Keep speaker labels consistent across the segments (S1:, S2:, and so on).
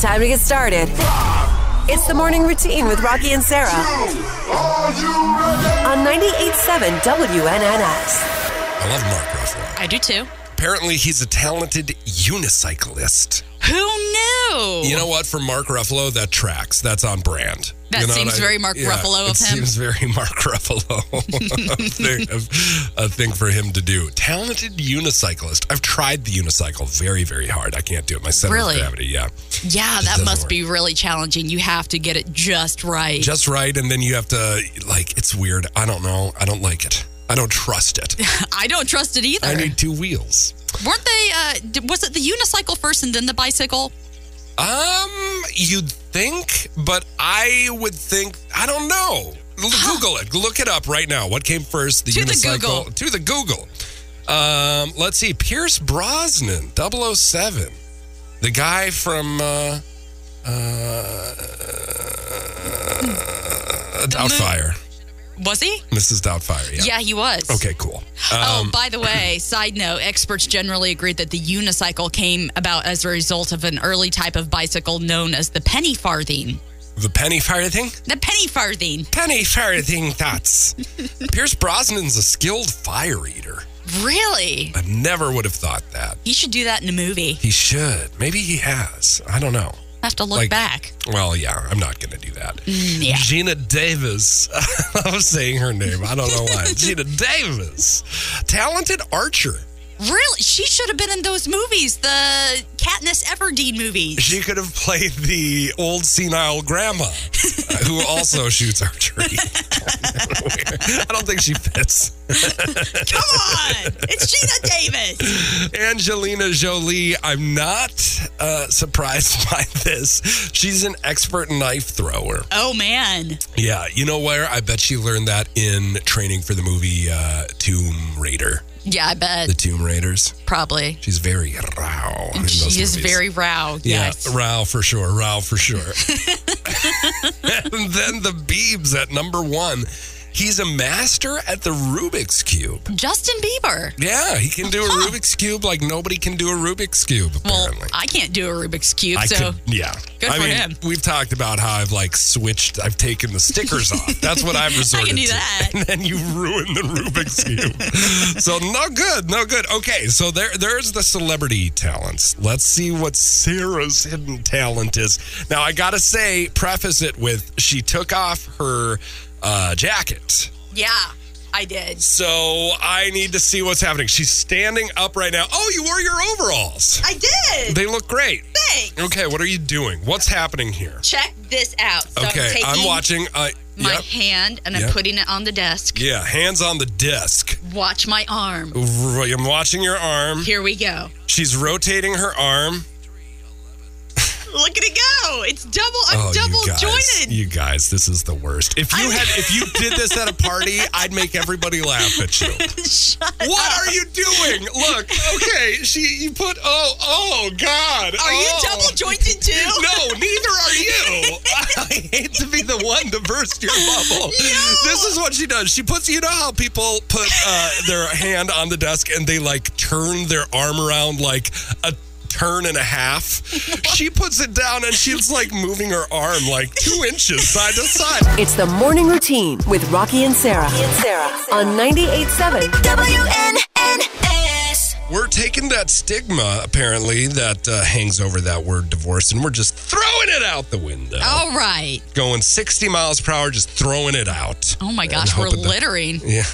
S1: Time to get started. It's the morning routine with Rocky and Sarah on 98.7 WNNS.
S2: I love Mark Ruffalo.
S3: I do too.
S2: Apparently, he's a talented unicyclist.
S3: Who knew?
S2: You know what? For Mark Ruffalo, that tracks. That's on brand.
S3: That
S2: You know
S3: seems
S2: what
S3: very Mark Ruffalo
S2: it
S3: of him.
S2: seems very Mark Ruffalo. a, thing, a, a thing for him to do. Talented unicyclist. I've tried the unicycle very, very hard. I can't do it. My center
S3: Really?
S2: of gravity, yeah.
S3: yeah,
S2: doesn't
S3: that must
S2: work.
S3: be really challenging. You have to get it just right.
S2: Just right, and then you have to, like, it's weird. I don't know. I don't like it. I don't trust it.
S3: I don't trust it either.
S2: I need two wheels.
S3: Weren't they? Uh, d- was it the unicycle first and then the bicycle?
S2: Um, you'd think, but I would think I don't know. L- Google it. Look it up right now. What came first? The
S3: To the
S2: unicycle
S3: Google.
S2: to the Google. Um, let's see. Pierce Brosnan, 007. The guy from uh uh Doubtfire.
S3: Was he?
S2: Mrs. Doubtfire, yeah.
S3: Yeah, he was.
S2: Okay, um, cool. Uh,
S3: oh, by the way, side note: experts generally agreed that the unicycle came about as a result of an early type of bicycle known as the penny farthing.
S2: The penny farthing?
S3: The penny farthing,
S2: Penny farthing thoughts. Pierce Brosnan's a skilled fire eater.
S3: really?
S2: I never would have thought that.
S3: You should do that in a movie.
S2: He should. Maybe he has. I don't know.
S3: I have to look
S2: Like-
S3: back.
S2: Well, yeah, I'm not going to do that.
S3: Mm, yeah.
S2: Gina Davis. I was saying her name. I don't know why. Gina Davis. Talented archer.
S3: Really? She should have been in those movies, the Katniss Everdeen movies.
S2: She could have played the old senile grandma uh, who also shoots archery. I don't think she fits.
S3: Come on! It's Gina Davis.
S2: Angelina Jolie, I'm not uh, surprised by this. She's an expert knife thrower.
S3: Oh, man.
S2: Yeah, you know where? I bet she learned that in training for the movie uh, Tomb Raider.
S3: Yeah, I
S2: The
S3: bet.
S2: Tomb Raiders.
S3: Probably.
S2: She's very row. in
S3: She
S2: those movies.
S3: is very row.
S2: Yeah,
S3: Yes.
S2: row for sure. Row for sure. and then the Beebs at number one. He's a master at the Rubik's Cube.
S3: Justin Bieber.
S2: Yeah, he can do a Rubik's Cube like nobody can do a Rubik's Cube,
S3: Well,
S2: apparently.
S3: I can't do a Rubik's Cube,
S2: I
S3: so
S2: could, yeah.
S3: good
S2: I
S3: for
S2: mean,
S3: him.
S2: We've talked about how I've like switched. I've taken the stickers off. That's what I've resorted
S3: do
S2: to.
S3: that.
S2: And then you ruin the Rubik's cube. so no good, no good. Okay, so there, there's the celebrity talents. Let's see what Sarah's hidden talent is. Now I gotta say, preface it with she took off her uh, jacket.
S3: yeah, I did.
S2: So I need to see what's happening. She's standing up right now. Oh, you wore your overalls.
S3: I did.
S2: They look great.
S3: Thanks.
S2: Okay, what are you doing? What's happening here?
S3: Check this out. So I'm,
S2: Okay,
S3: taking
S2: I'm watching. Uh,
S3: my
S2: yep.
S3: hand and
S2: Yep.
S3: I'm putting it on the desk.
S2: Yeah, hands on the desk.
S3: Watch my arm.
S2: Right, I'm watching your arm.
S3: Here we go.
S2: She's rotating her arm.
S3: Look at it go. It's double. I'm
S2: Oh,
S3: double
S2: you guys,
S3: jointed.
S2: You guys, this is the worst. If you had, if you did this at a party, I'd make everybody laugh at you.
S3: Shut
S2: What are you doing? Look, okay, she, you put. Oh, oh, God.
S3: Are you
S2: oh.
S3: double jointed too?
S2: No, neither are you. I hate to be the one to burst your bubble. This is what she does. She puts, you know how people put uh, their hand on the desk and they like turn their arm around like a turn and a half? She puts it down and she's like moving her arm like two inches side to side.
S1: It's the morning routine with Rocky and Sarah, on 98.7
S4: WNNS.
S2: We're taking that stigma, apparently, that uh, hangs over that word divorce and we're just throwing it out the window.
S3: All right.
S2: Going 60 miles per hour, just throwing it out.
S3: Oh my gosh, we're
S2: hoping that-
S3: littering.
S2: Yeah.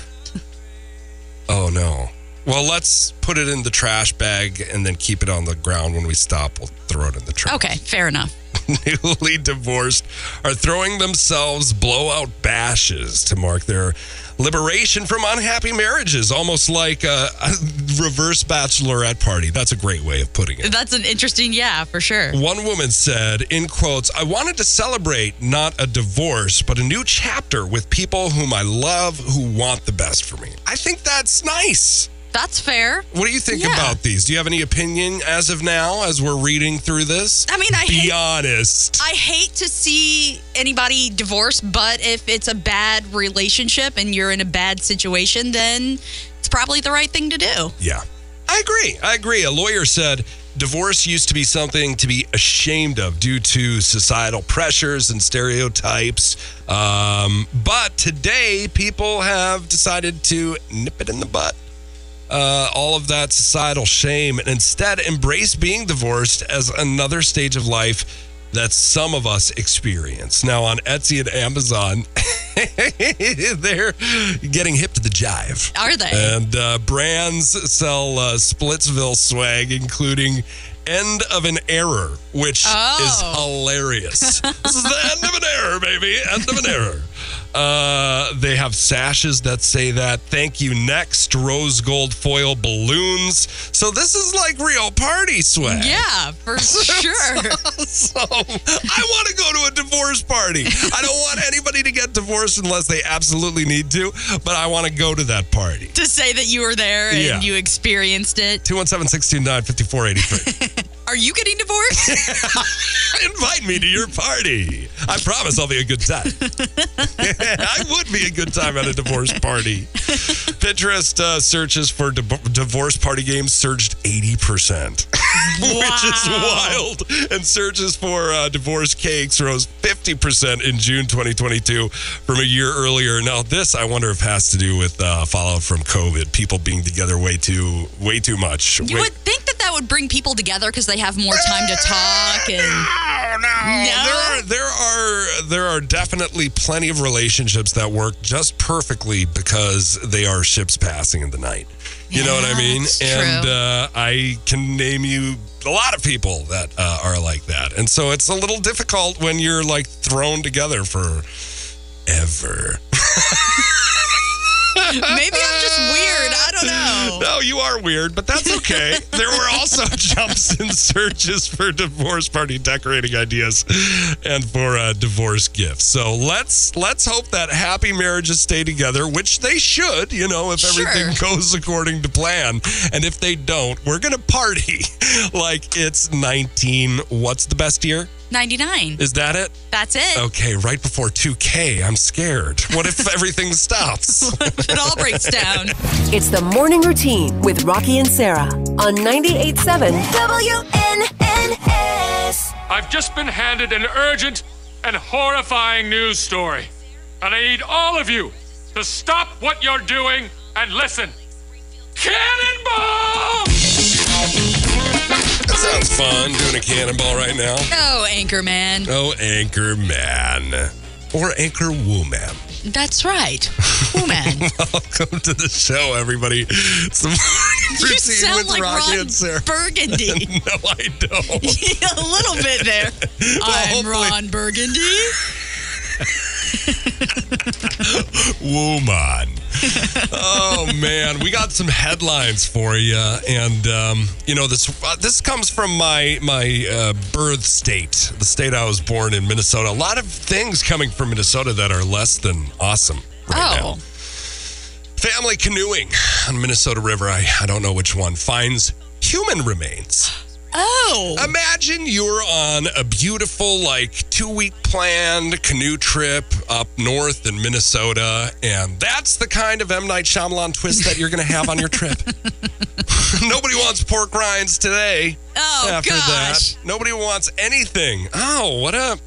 S2: Oh no. Well, let's put it in the trash bag and then keep it on the ground. When we stop, we'll throw it in the trash.
S3: Okay, fair enough.
S2: Newly divorced are throwing themselves blowout bashes to mark their liberation from unhappy marriages, almost like a, a reverse bachelorette party. That's a great way of putting it.
S3: That's an interesting, yeah, for sure.
S2: One woman said, in quotes, I wanted to celebrate not a divorce, but a new chapter with people whom I love who want the best for me. I think that's nice.
S3: That's fair.
S2: What do you think
S3: Yeah.
S2: about these? Do you have any opinion as of now as we're reading through this?
S3: I mean, I
S2: Be
S3: hate,
S2: honest.
S3: I hate to see anybody divorced, but if it's a bad relationship and you're in a bad situation, then it's probably the right thing to do.
S2: yeah. I agree. I agree. A lawyer said, divorce used to be something to be ashamed of due to societal pressures and stereotypes. Um, but today, people have decided to nip it in the butt. Uh, all of that societal shame and instead embrace being divorced as another stage of life that some of us experience. Now, on Etsy and Amazon, they're getting hip to the jive.
S3: Are they?
S2: And uh, brands sell uh, Splitsville swag, including End of an Error, which
S3: Oh.
S2: is hilarious. this is the end of an error, baby. End of an error. Uh, they have sashes that say that. Thank you, next. Rose gold foil balloons. So this is like real party swag.
S3: yeah, for sure.
S2: So I want to go to a divorce party. I don't want anybody to get divorced unless they absolutely need to, but I want to go to that party.
S3: to say that you were there and
S2: Yeah.
S3: you experienced it.
S2: 217 629 5483.
S3: Are you getting divorced?
S2: Invite me to your party. I promise I'll be a good time. I would be a good time at a divorce party. Pinterest uh, searches for div- divorce party games surged 80%, which is wild. And searches for uh, divorce cakes rose 50% in June 2022 from a year earlier. Now, this I wonder if has to do with uh, fallout from COVID, people being together way too, way too much.
S3: you
S2: Way-
S3: would think that that would bring people together because they have more time to talk and
S2: Oh no. There are
S3: No?
S2: there are there are definitely plenty of relationships that work just perfectly because they are ships passing in the night. You know what I
S3: Yeah,
S2: mean?
S3: it's
S2: And
S3: true.
S2: uh, I can name you a lot of people that uh, are like that. And so it's a little difficult when you're like thrown together for ever.
S3: maybe I'm just weird. I don't know.
S2: No, you are weird, but that's okay. there were also jumps and searches for divorce party decorating ideas and for uh, divorce gifts. So let's let's hope that happy marriages stay together, which they should, you know, if
S3: Sure.
S2: everything goes according to plan. And if they don't, we're gonna party like it's 19. What's the best year?
S3: 99.
S2: Is that it?
S3: That's it.
S2: Okay, right before 2K. I'm scared. What if everything stops?
S3: It all breaks down.
S1: It's the morning routine with Rocky and Sarah on 98.7 WNNS.
S4: I've just been handed an urgent and horrifying news story. And I need all of you to stop what you're doing and listen. Cannonball!
S2: that sounds fun doing a cannonball right now.
S3: Oh, anchor man.
S2: Oh, anchor man. Or anchor woman.
S3: That's right. Woman.
S2: Welcome to the show, everybody. It's the morning
S3: you
S2: routine
S3: sound
S2: with
S3: like
S2: Rocky
S3: Ron
S2: and Sarah.
S3: Burgundy.
S2: no, I don't.
S3: a little bit there.
S2: Oh,
S3: I'm
S2: hopefully-
S3: Ron Burgundy.
S2: Woman. oh man, we got some headlines for you, and um, you know this. Uh, this comes from my my uh, birth state, the state I was born in, Minnesota. A lot of things coming from Minnesota that are less than awesome right now.
S3: Oh,
S2: Family canoeing on Minnesota River, I, I don't know which one, finds human remains.
S3: oh,
S2: Imagine you're on a beautiful, like, two week planned canoe trip up north in Minnesota, and that's the kind of M. Night Shyamalan twist that you're going to have on your trip. Nobody wants pork rinds today.
S3: Oh,
S2: after
S3: gosh.
S2: that, nobody wants anything. Oh, what a.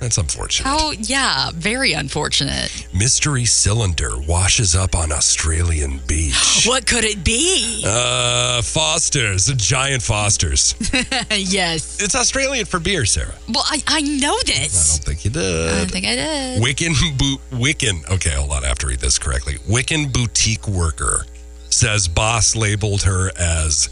S2: That's unfortunate.
S3: oh, yeah, very unfortunate.
S2: Mystery cylinder washes up on Australian beach.
S3: What could it be?
S2: Uh, Foster's, the giant Foster's. Uh.
S3: yes.
S2: It's Australian for beer, Sarah.
S3: Well, I, I know
S2: I
S3: this.
S2: don't think you
S3: I
S2: did.
S3: think I did.
S2: Wiccan, bo- Wiccan. Okay, hold on. I have to read this correctly. Wiccan boutique worker says boss labeled her as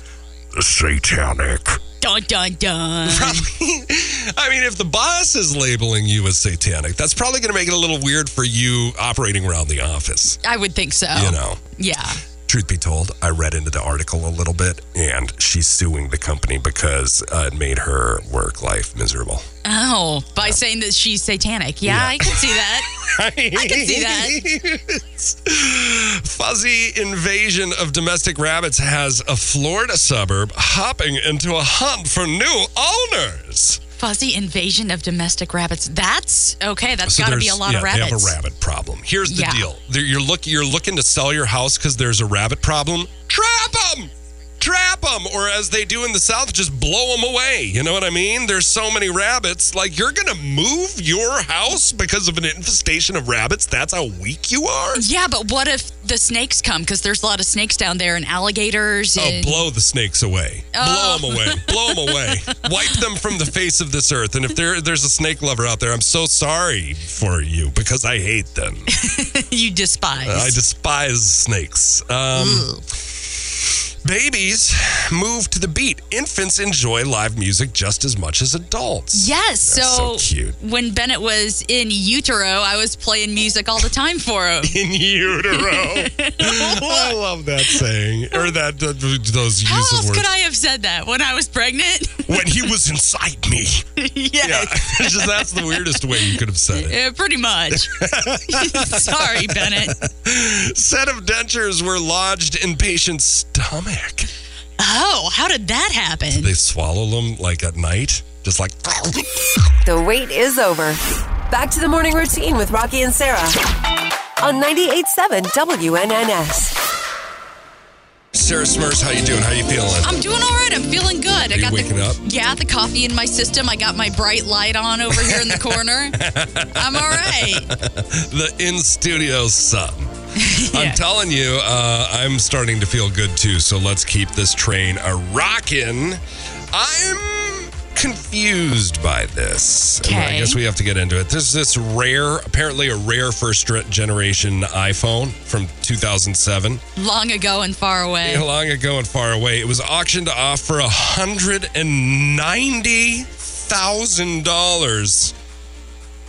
S2: satanic.
S3: Dun dun dun.
S2: I mean, if the boss is labeling you as satanic, that's probably going to make it a little weird for you operating around the office.
S3: I would think so.
S2: You know.
S3: Yeah.
S2: truth be told, I read into the article a little bit, and she's suing the company because uh, it made her work life miserable.
S3: Oh, by saying that she's satanic. Yeah, I can see that.
S2: I can
S3: see
S2: that. Fuzzy invasion of domestic rabbits has a Florida suburb hopping into a hunt for new owners.
S3: Fuzzy invasion of domestic rabbits. That's okay. That's got to be a
S2: there's-
S3: lot of
S2: yeah,
S3: rabbits.
S2: They have a rabbit problem. Here's the
S3: Yeah.
S2: deal: There- you're look you're looking to sell your house because there's a rabbit problem. Trap them. trap them, or as they do in the South, just blow them away. You know what I mean? There's so many rabbits. Like, you're going to move your house because of an infestation of rabbits? That's how weak you are?
S3: Yeah, but what if the snakes come? Because there's a lot of snakes down there and alligators.
S2: Oh,
S3: and- Oh.
S2: blow the snakes away. Blow them away. Blow them away. Wipe them from the face of this earth. And if there, there's a snake lover out there, I'm so sorry for you because I hate them.
S3: you despise.
S2: I despise snakes. Um, babies move to the beat. Infants enjoy live music just as much as adults.
S3: Yes, so,
S2: so cute.
S3: when Bennett was in utero, I was playing music all the time for him.
S2: In utero. I love that saying or that uh, those
S3: How
S2: use
S3: else
S2: of words.
S3: could I have said that when I was pregnant?
S2: when he was inside me. Yeah,
S3: yes,
S2: just that's the weirdest way you could have said it.
S3: eh, pretty much. Sorry, Bennett.
S2: Set of dentures were lodged in patient's stomach.
S3: Oh, how did that happen?
S2: They swallow them like at night, just like.
S1: The wait is over. Back to the morning routine with Rocky and Sarah on 98.7 WNNS.
S2: Sarah Smurfs, how you doing? How you feeling?
S3: I'm doing all right. I'm feeling good. I
S2: you
S3: got
S2: waking
S3: the,
S2: up?
S3: Yeah, the coffee in my system. I got my bright light on over here in the corner. I'm all right.
S2: the in studio sun. I'm
S3: Yeah.
S2: telling you, uh, I'm starting to feel good too. So let's keep this train a rockin'. I'm confused by this. And I
S3: Okay.
S2: guess we have to get into it. There's this rare, apparently a rare first gen- generation iPhone from 2007.
S3: Long ago and far away.
S2: How long ago and far away? It was auctioned off for $190,000.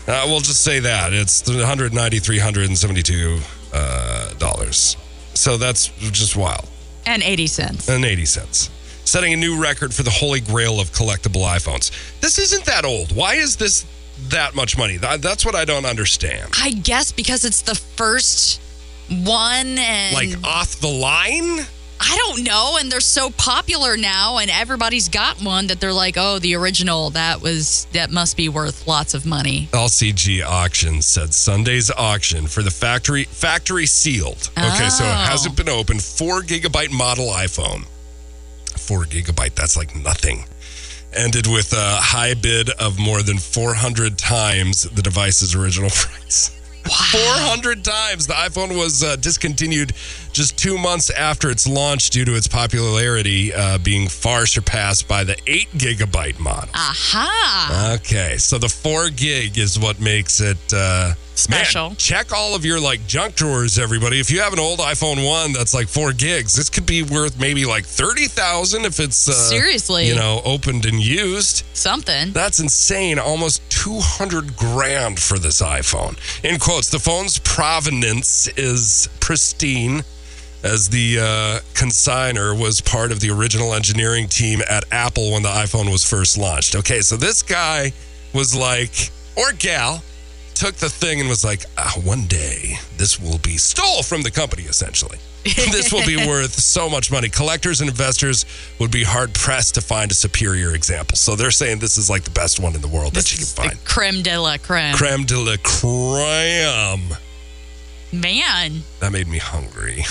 S2: Uh, we'll just say that. It's $190,372. Uh, dollars. so that's just wild.
S3: And 80 cents.
S2: And 80 cents. Setting a new record for the holy grail of collectible iPhones. This isn't that old. Why is this that much money? Th- That's what I don't understand.
S3: I guess because it's the first one and
S2: Like off the line?
S3: I don't know and they're so popular now and everybody's got one that they're like, "Oh, the original, that was that must be worth lots of money."
S2: LCG Auctions said Sunday's auction for the factory factory sealed. Okay, so it
S3: Oh.
S2: hasn't been opened. Four gigabyte model iPhone. Four gigabyte. That's like nothing. Ended with a high bid of more than 400 times the device's original price. 400 times. The iPhone was uh, discontinued just two months after its launch due to its popularity uh, being far surpassed by the 8 gigabyte model.
S3: Aha.
S2: Okay, so the four gig is what makes it uh,
S3: Special.
S2: Man, check all of your like junk drawers, everybody. If you have an old iPhone one that's like four gigs, this could be worth maybe like thirty thousand if it's uh,
S3: Seriously.
S2: you know, opened and used.
S3: Something.
S2: That's insane. Almost 200 grand for this iPhone. In quotes, the phone's provenance is pristine, as the uh, consigner was part of the original engineering team at Apple when the iPhone was first launched. Okay, so this guy was like, or gal, took the thing and was like, ah, one day this will be stole from the company, essentially. this will be worth so much money. Collectors and investors would be hard pressed to find a superior example. So they're saying this is like the best one in the world that you
S3: It's
S2: can
S3: the
S2: find.
S3: creme de la creme.
S2: Creme de la creme.
S3: Man.
S2: That made me hungry.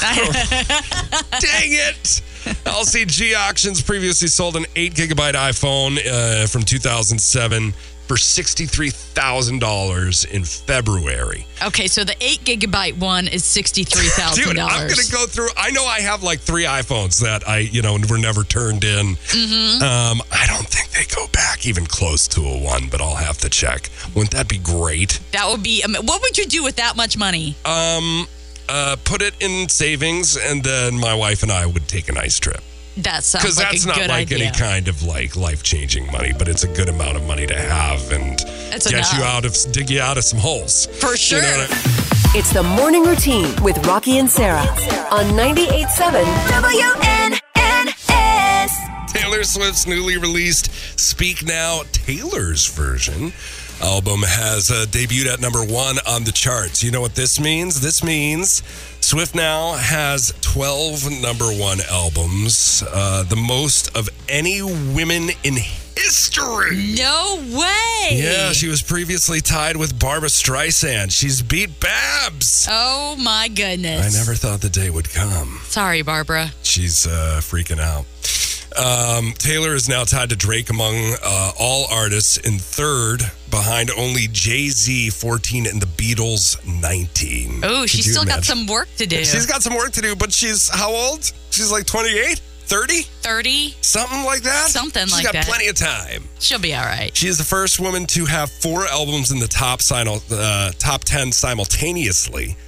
S2: Dang it! LCG Auctions previously sold an 8 gigabyte iPhone uh, from 2007 for $63,000 in February.
S3: Okay, so the 8 gigabyte one is $63,000.
S2: Dude, I'm gonna go through. I know I have like three iPhones that I, you know, were never turned in.
S3: Mm-hmm.
S2: Um, I don't think they go back even close to a one, but I'll have to check. Wouldn't that be great?
S3: That would be. am- What would you do with that much money?
S2: Um, uh, put it in savings, and then my wife and I would take a nice trip
S3: That
S2: because
S3: sounds like
S2: that's
S3: a
S2: not
S3: good
S2: like
S3: idea.
S2: any kind of like life changing money, but it's a good amount of money to have and
S3: That's
S2: get you
S3: enough.
S2: out of dig you out of some holes
S3: For
S2: You know
S3: sure.
S2: what I-
S1: It's the morning routine with Rocky and Sarah on 98.7 WNNS.
S2: Taylor Swift's newly released Speak Now Taylor's version album has uh, debuted at number one on the charts. You know what this means? This means Swift now has 12 number one albums, uh, the most of any women in history.
S3: No Really?
S2: Yeah, she was previously tied with Barbara Streisand. She's beat Babs.
S3: oh my
S2: I
S3: goodness.
S2: never thought the day would come.
S3: Sorry, Barbara.
S2: She's uh, freaking out. Um, Taylor is now tied to Drake among uh, all artists in third, behind only Jay Z 14 and the Beatles 19.
S3: Oh, she's
S2: Could you
S3: still got
S2: imagine?
S3: some work to do.
S2: She's got some work to do, but she's how old? She's like 28, 30,
S3: 30.
S2: something like that.
S3: Something like
S2: She's got
S3: that.
S2: plenty of time.
S3: She'll be all right.
S2: She is the first woman to have four albums in the top simul- uh, top ten simultaneously.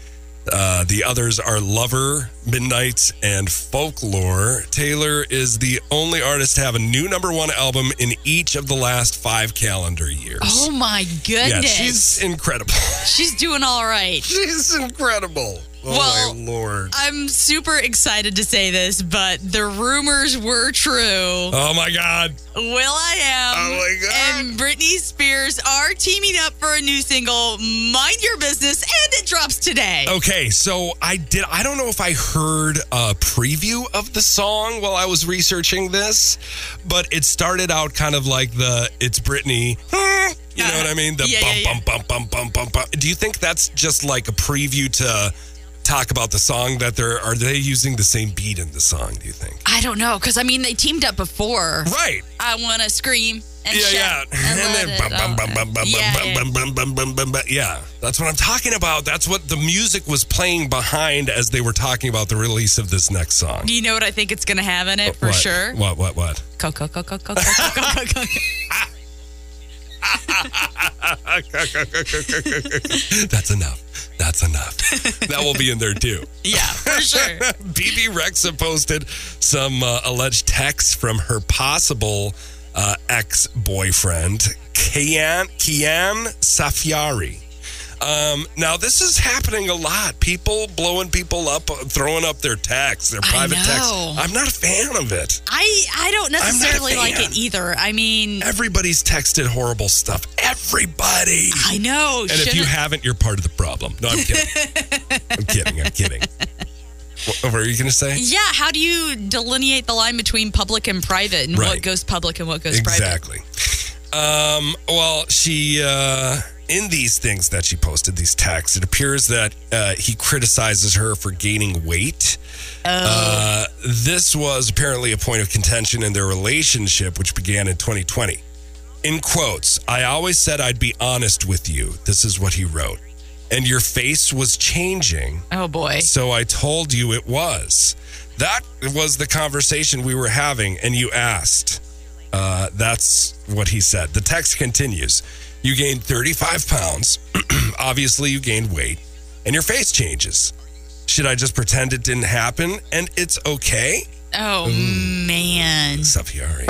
S2: Uh, the others are Lover, Midnight, and Folklore. Taylor is the only artist to have a new number one album in each of the last five calendar years.
S3: Oh my
S2: yeah,
S3: goodness.
S2: she's incredible.
S3: She's doing all right.
S2: she's incredible. Oh
S3: Well,
S2: my lord.
S3: I'm super excited to say this, but the rumors were true.
S2: Oh my god.
S3: Will I am
S2: Oh my God.
S3: and Britney Spears are teaming up for a new single, Mind Your Business, and it drops today.
S2: Okay, so I did. I don't know if I heard a preview of the song while I was researching this, but it started out kind of like the "It's Britney." You know what I mean? The
S3: Yeah,
S2: bum,
S3: yeah, yeah.
S2: bum bum bum bum bum bum. Do you think that's just like a preview to talk about the song that they're are they using the same beat in the song? Do you think?
S3: I don't know, because I mean, they teamed up before.
S2: Right.
S3: I want to scream and
S2: Yeah,
S3: shout.
S2: yeah.
S3: And let
S2: And then
S3: it
S2: bum,
S3: all
S2: bum, bum,
S3: out.
S2: bum, bum,
S3: Yeah, yeah.
S2: bum, bum, bum, bum, bum, bum. Yeah, that's what I'm talking about. That's what the music was playing behind as they were talking about the release of this next song.
S3: Do you know what I think it's going to have in it for
S2: Uh, What?
S3: sure?
S2: What? What? What?
S3: Co- co- co- co- co- co- co- co- co- co-
S2: That's enough. That's enough. that will be in there too.
S3: Yeah, for sure.
S2: BB Rexa posted some uh, alleged texts from her possible uh, ex-boyfriend, Kian Kian Safiari. Um, now this is happening a lot. People blowing people up, throwing up their texts, their
S3: I
S2: private texts.
S3: know.
S2: I'm not a fan of it.
S3: I I don't
S2: a
S3: necessarily like
S2: fan.
S3: it either. I mean,
S2: Everybody's texted horrible stuff. Everybody.
S3: I know.
S2: And if
S3: shouldn't-
S2: you haven't, you're part of the problem. No, I'm kidding. I'm kidding. I'm kidding. What, what were you going to say?
S3: yeah, how do you delineate the line between public and private and
S2: Right.
S3: what goes public and what goes private?
S2: Exactly. Um, well, she, uh, in these things that she posted, these texts, it appears that uh, he criticizes her for gaining weight. Uh, this was apparently a point of contention in their relationship, which began in 2020. In quotes, I always said I'd be honest with you. This is what he wrote. And your face was changing.
S3: Oh boy.
S2: So I told you it was. That was the conversation we were having, and you asked. Uh, that's what he said. The text continues You gained 35 pounds. Obviously, you gained weight, and your face changes. Should I just pretend it didn't happen and it's okay?
S3: Oh man.
S2: Safiari.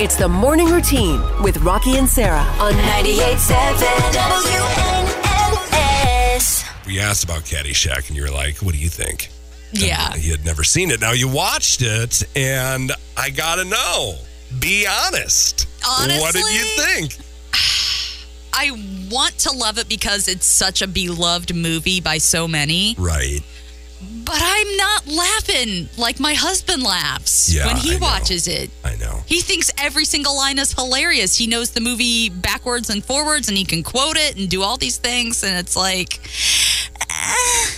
S1: It's the morning routine with Rocky and Sarah on 98.7 WNNS.
S2: We asked about Caddyshack, and you were like, What do you think?
S3: Yeah.
S2: He had never seen it. Now you watched it, and I gotta know. Be honest. What did you
S3: Honestly?
S2: think?
S3: I want to love it because it's such a beloved movie by so many,
S2: Right.
S3: but I'm not laughing like my husband laughs
S2: Yeah,
S3: when he
S2: I know.
S3: watches it.
S2: I know.
S3: He thinks every single line is hilarious. He knows the movie backwards and forwards, and he can quote it and do all these things. And it's like,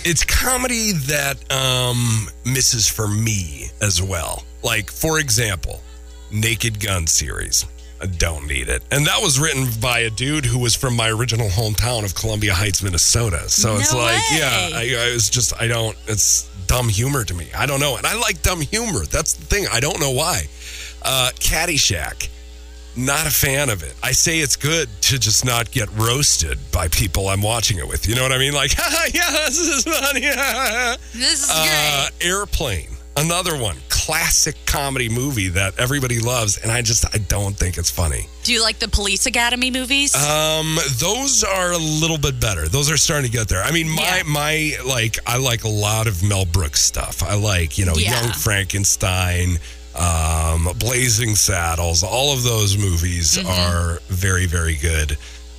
S2: It's comedy that um misses for me as well. Like, for example, Naked Gun series. I don't need it. And that was written by a dude who was from my original hometown of Columbia Heights, Minnesota. So it's
S3: No
S2: like,
S3: way.
S2: yeah, I, I was just, I don't, it's dumb humor to me. I don't know. And I like dumb humor. That's the thing. I don't know why. Uh, Caddyshack. not a fan of it. I say it's good to just not get roasted by people I'm watching it with. You know what I mean? Like, yeah, this is funny.
S3: this is
S2: Uh,
S3: great.
S2: Airplane, another one, classic comedy movie that everybody loves, and I just I don't think it's funny.
S3: Do you like the Police Academy movies?
S2: Um, those are a little bit better. Those are starting to get there. I mean, my
S3: Yeah.
S2: my like I like a lot of Mel Brooks stuff. I like you know
S3: Yeah.
S2: Young Frankenstein, um, Blazing Saddles. All of those movies
S3: Mm-hmm.
S2: are very very good.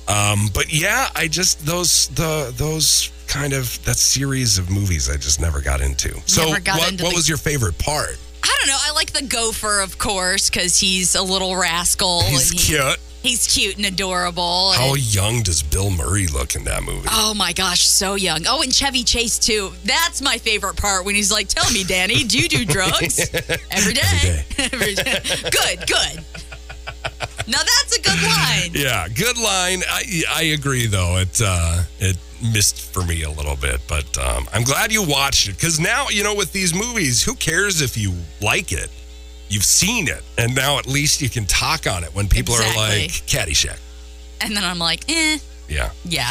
S2: Um, but yeah, I just those the those kind of that series of movies I just never got into. So
S3: Never got
S2: what
S3: into
S2: what
S3: the-
S2: was your favorite part?
S3: I don't know. I like the gopher, of course, because he's a little rascal.
S2: He's
S3: and he-
S2: cute.
S3: He's cute and adorable.
S2: How young does Bill Murray look in that movie?
S3: Oh my gosh, so young. Oh, and Chevy Chase too. That's my favorite part when he's like, "Tell me, Danny, do you do drugs every day? Every day. good, good." Now that's a good line.
S2: Yeah, good line. I, I agree though. It uh, it missed for me a little bit, but um, I'm glad you watched it because now you know with these movies, who cares if you like it? You've seen it, and now at least you can talk on it when people are
S3: Exactly.
S2: like Caddyshack.
S3: And then I'm like, "Eh,
S2: Yeah.
S3: yeah."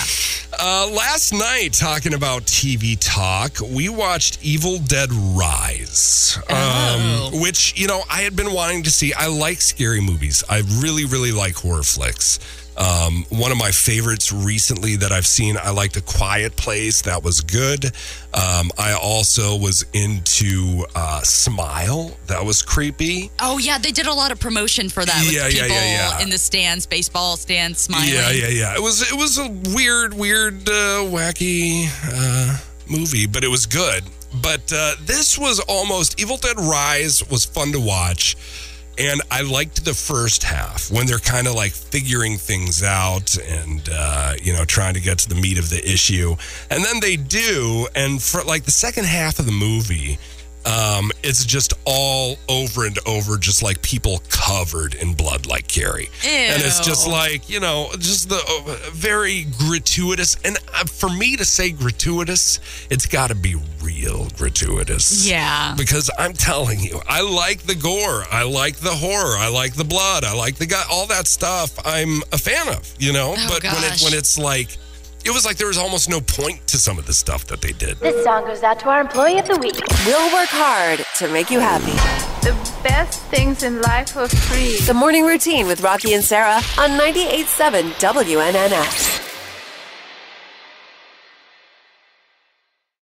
S2: Uh, last night, talking about TV talk, we watched Evil Dead Rise, um,
S3: Oh.
S2: which, you know, I had been wanting to see. I like scary movies, I really, really like horror flicks. Um, one of my favorites recently that I've seen, I liked A Quiet Place. That was good. Um, I also was into uh, Smile. That was creepy.
S3: Oh yeah, they did a lot of promotion for that with
S2: Yeah, yeah, yeah,
S3: people
S2: yeah.
S3: in the stands, baseball stands, smiling.
S2: Yeah, yeah, yeah. It was it was a weird, weird, uh, wacky uh, movie, but it was good. But uh, this was almost Evil Dead Rise was fun to watch, and I liked the first half when they're kind of like figuring things out and uh, you know trying to get to the meat of the issue, and then they do, and for like the second half of the movie. Um, it's just all over and over, just like people covered in blood, like Carrie. And it's just
S3: Ew.
S2: like you know just the uh, very gratuitous and uh, for me to say gratuitous it's got to be real gratuitous
S3: Yeah.
S2: because i'm telling you i like the gore i like the horror i like the blood i like the gut all that stuff i'm a fan of you know
S3: Oh,
S2: but when it
S3: gosh.
S2: when it's like it was like there was almost no point to some of the stuff that they did
S5: This song goes out to our employee of the week.
S1: We'll work hard to make you happy.
S6: The best things in life are free.
S1: The morning routine with Rocky and Sarah on 98.7 WNNS.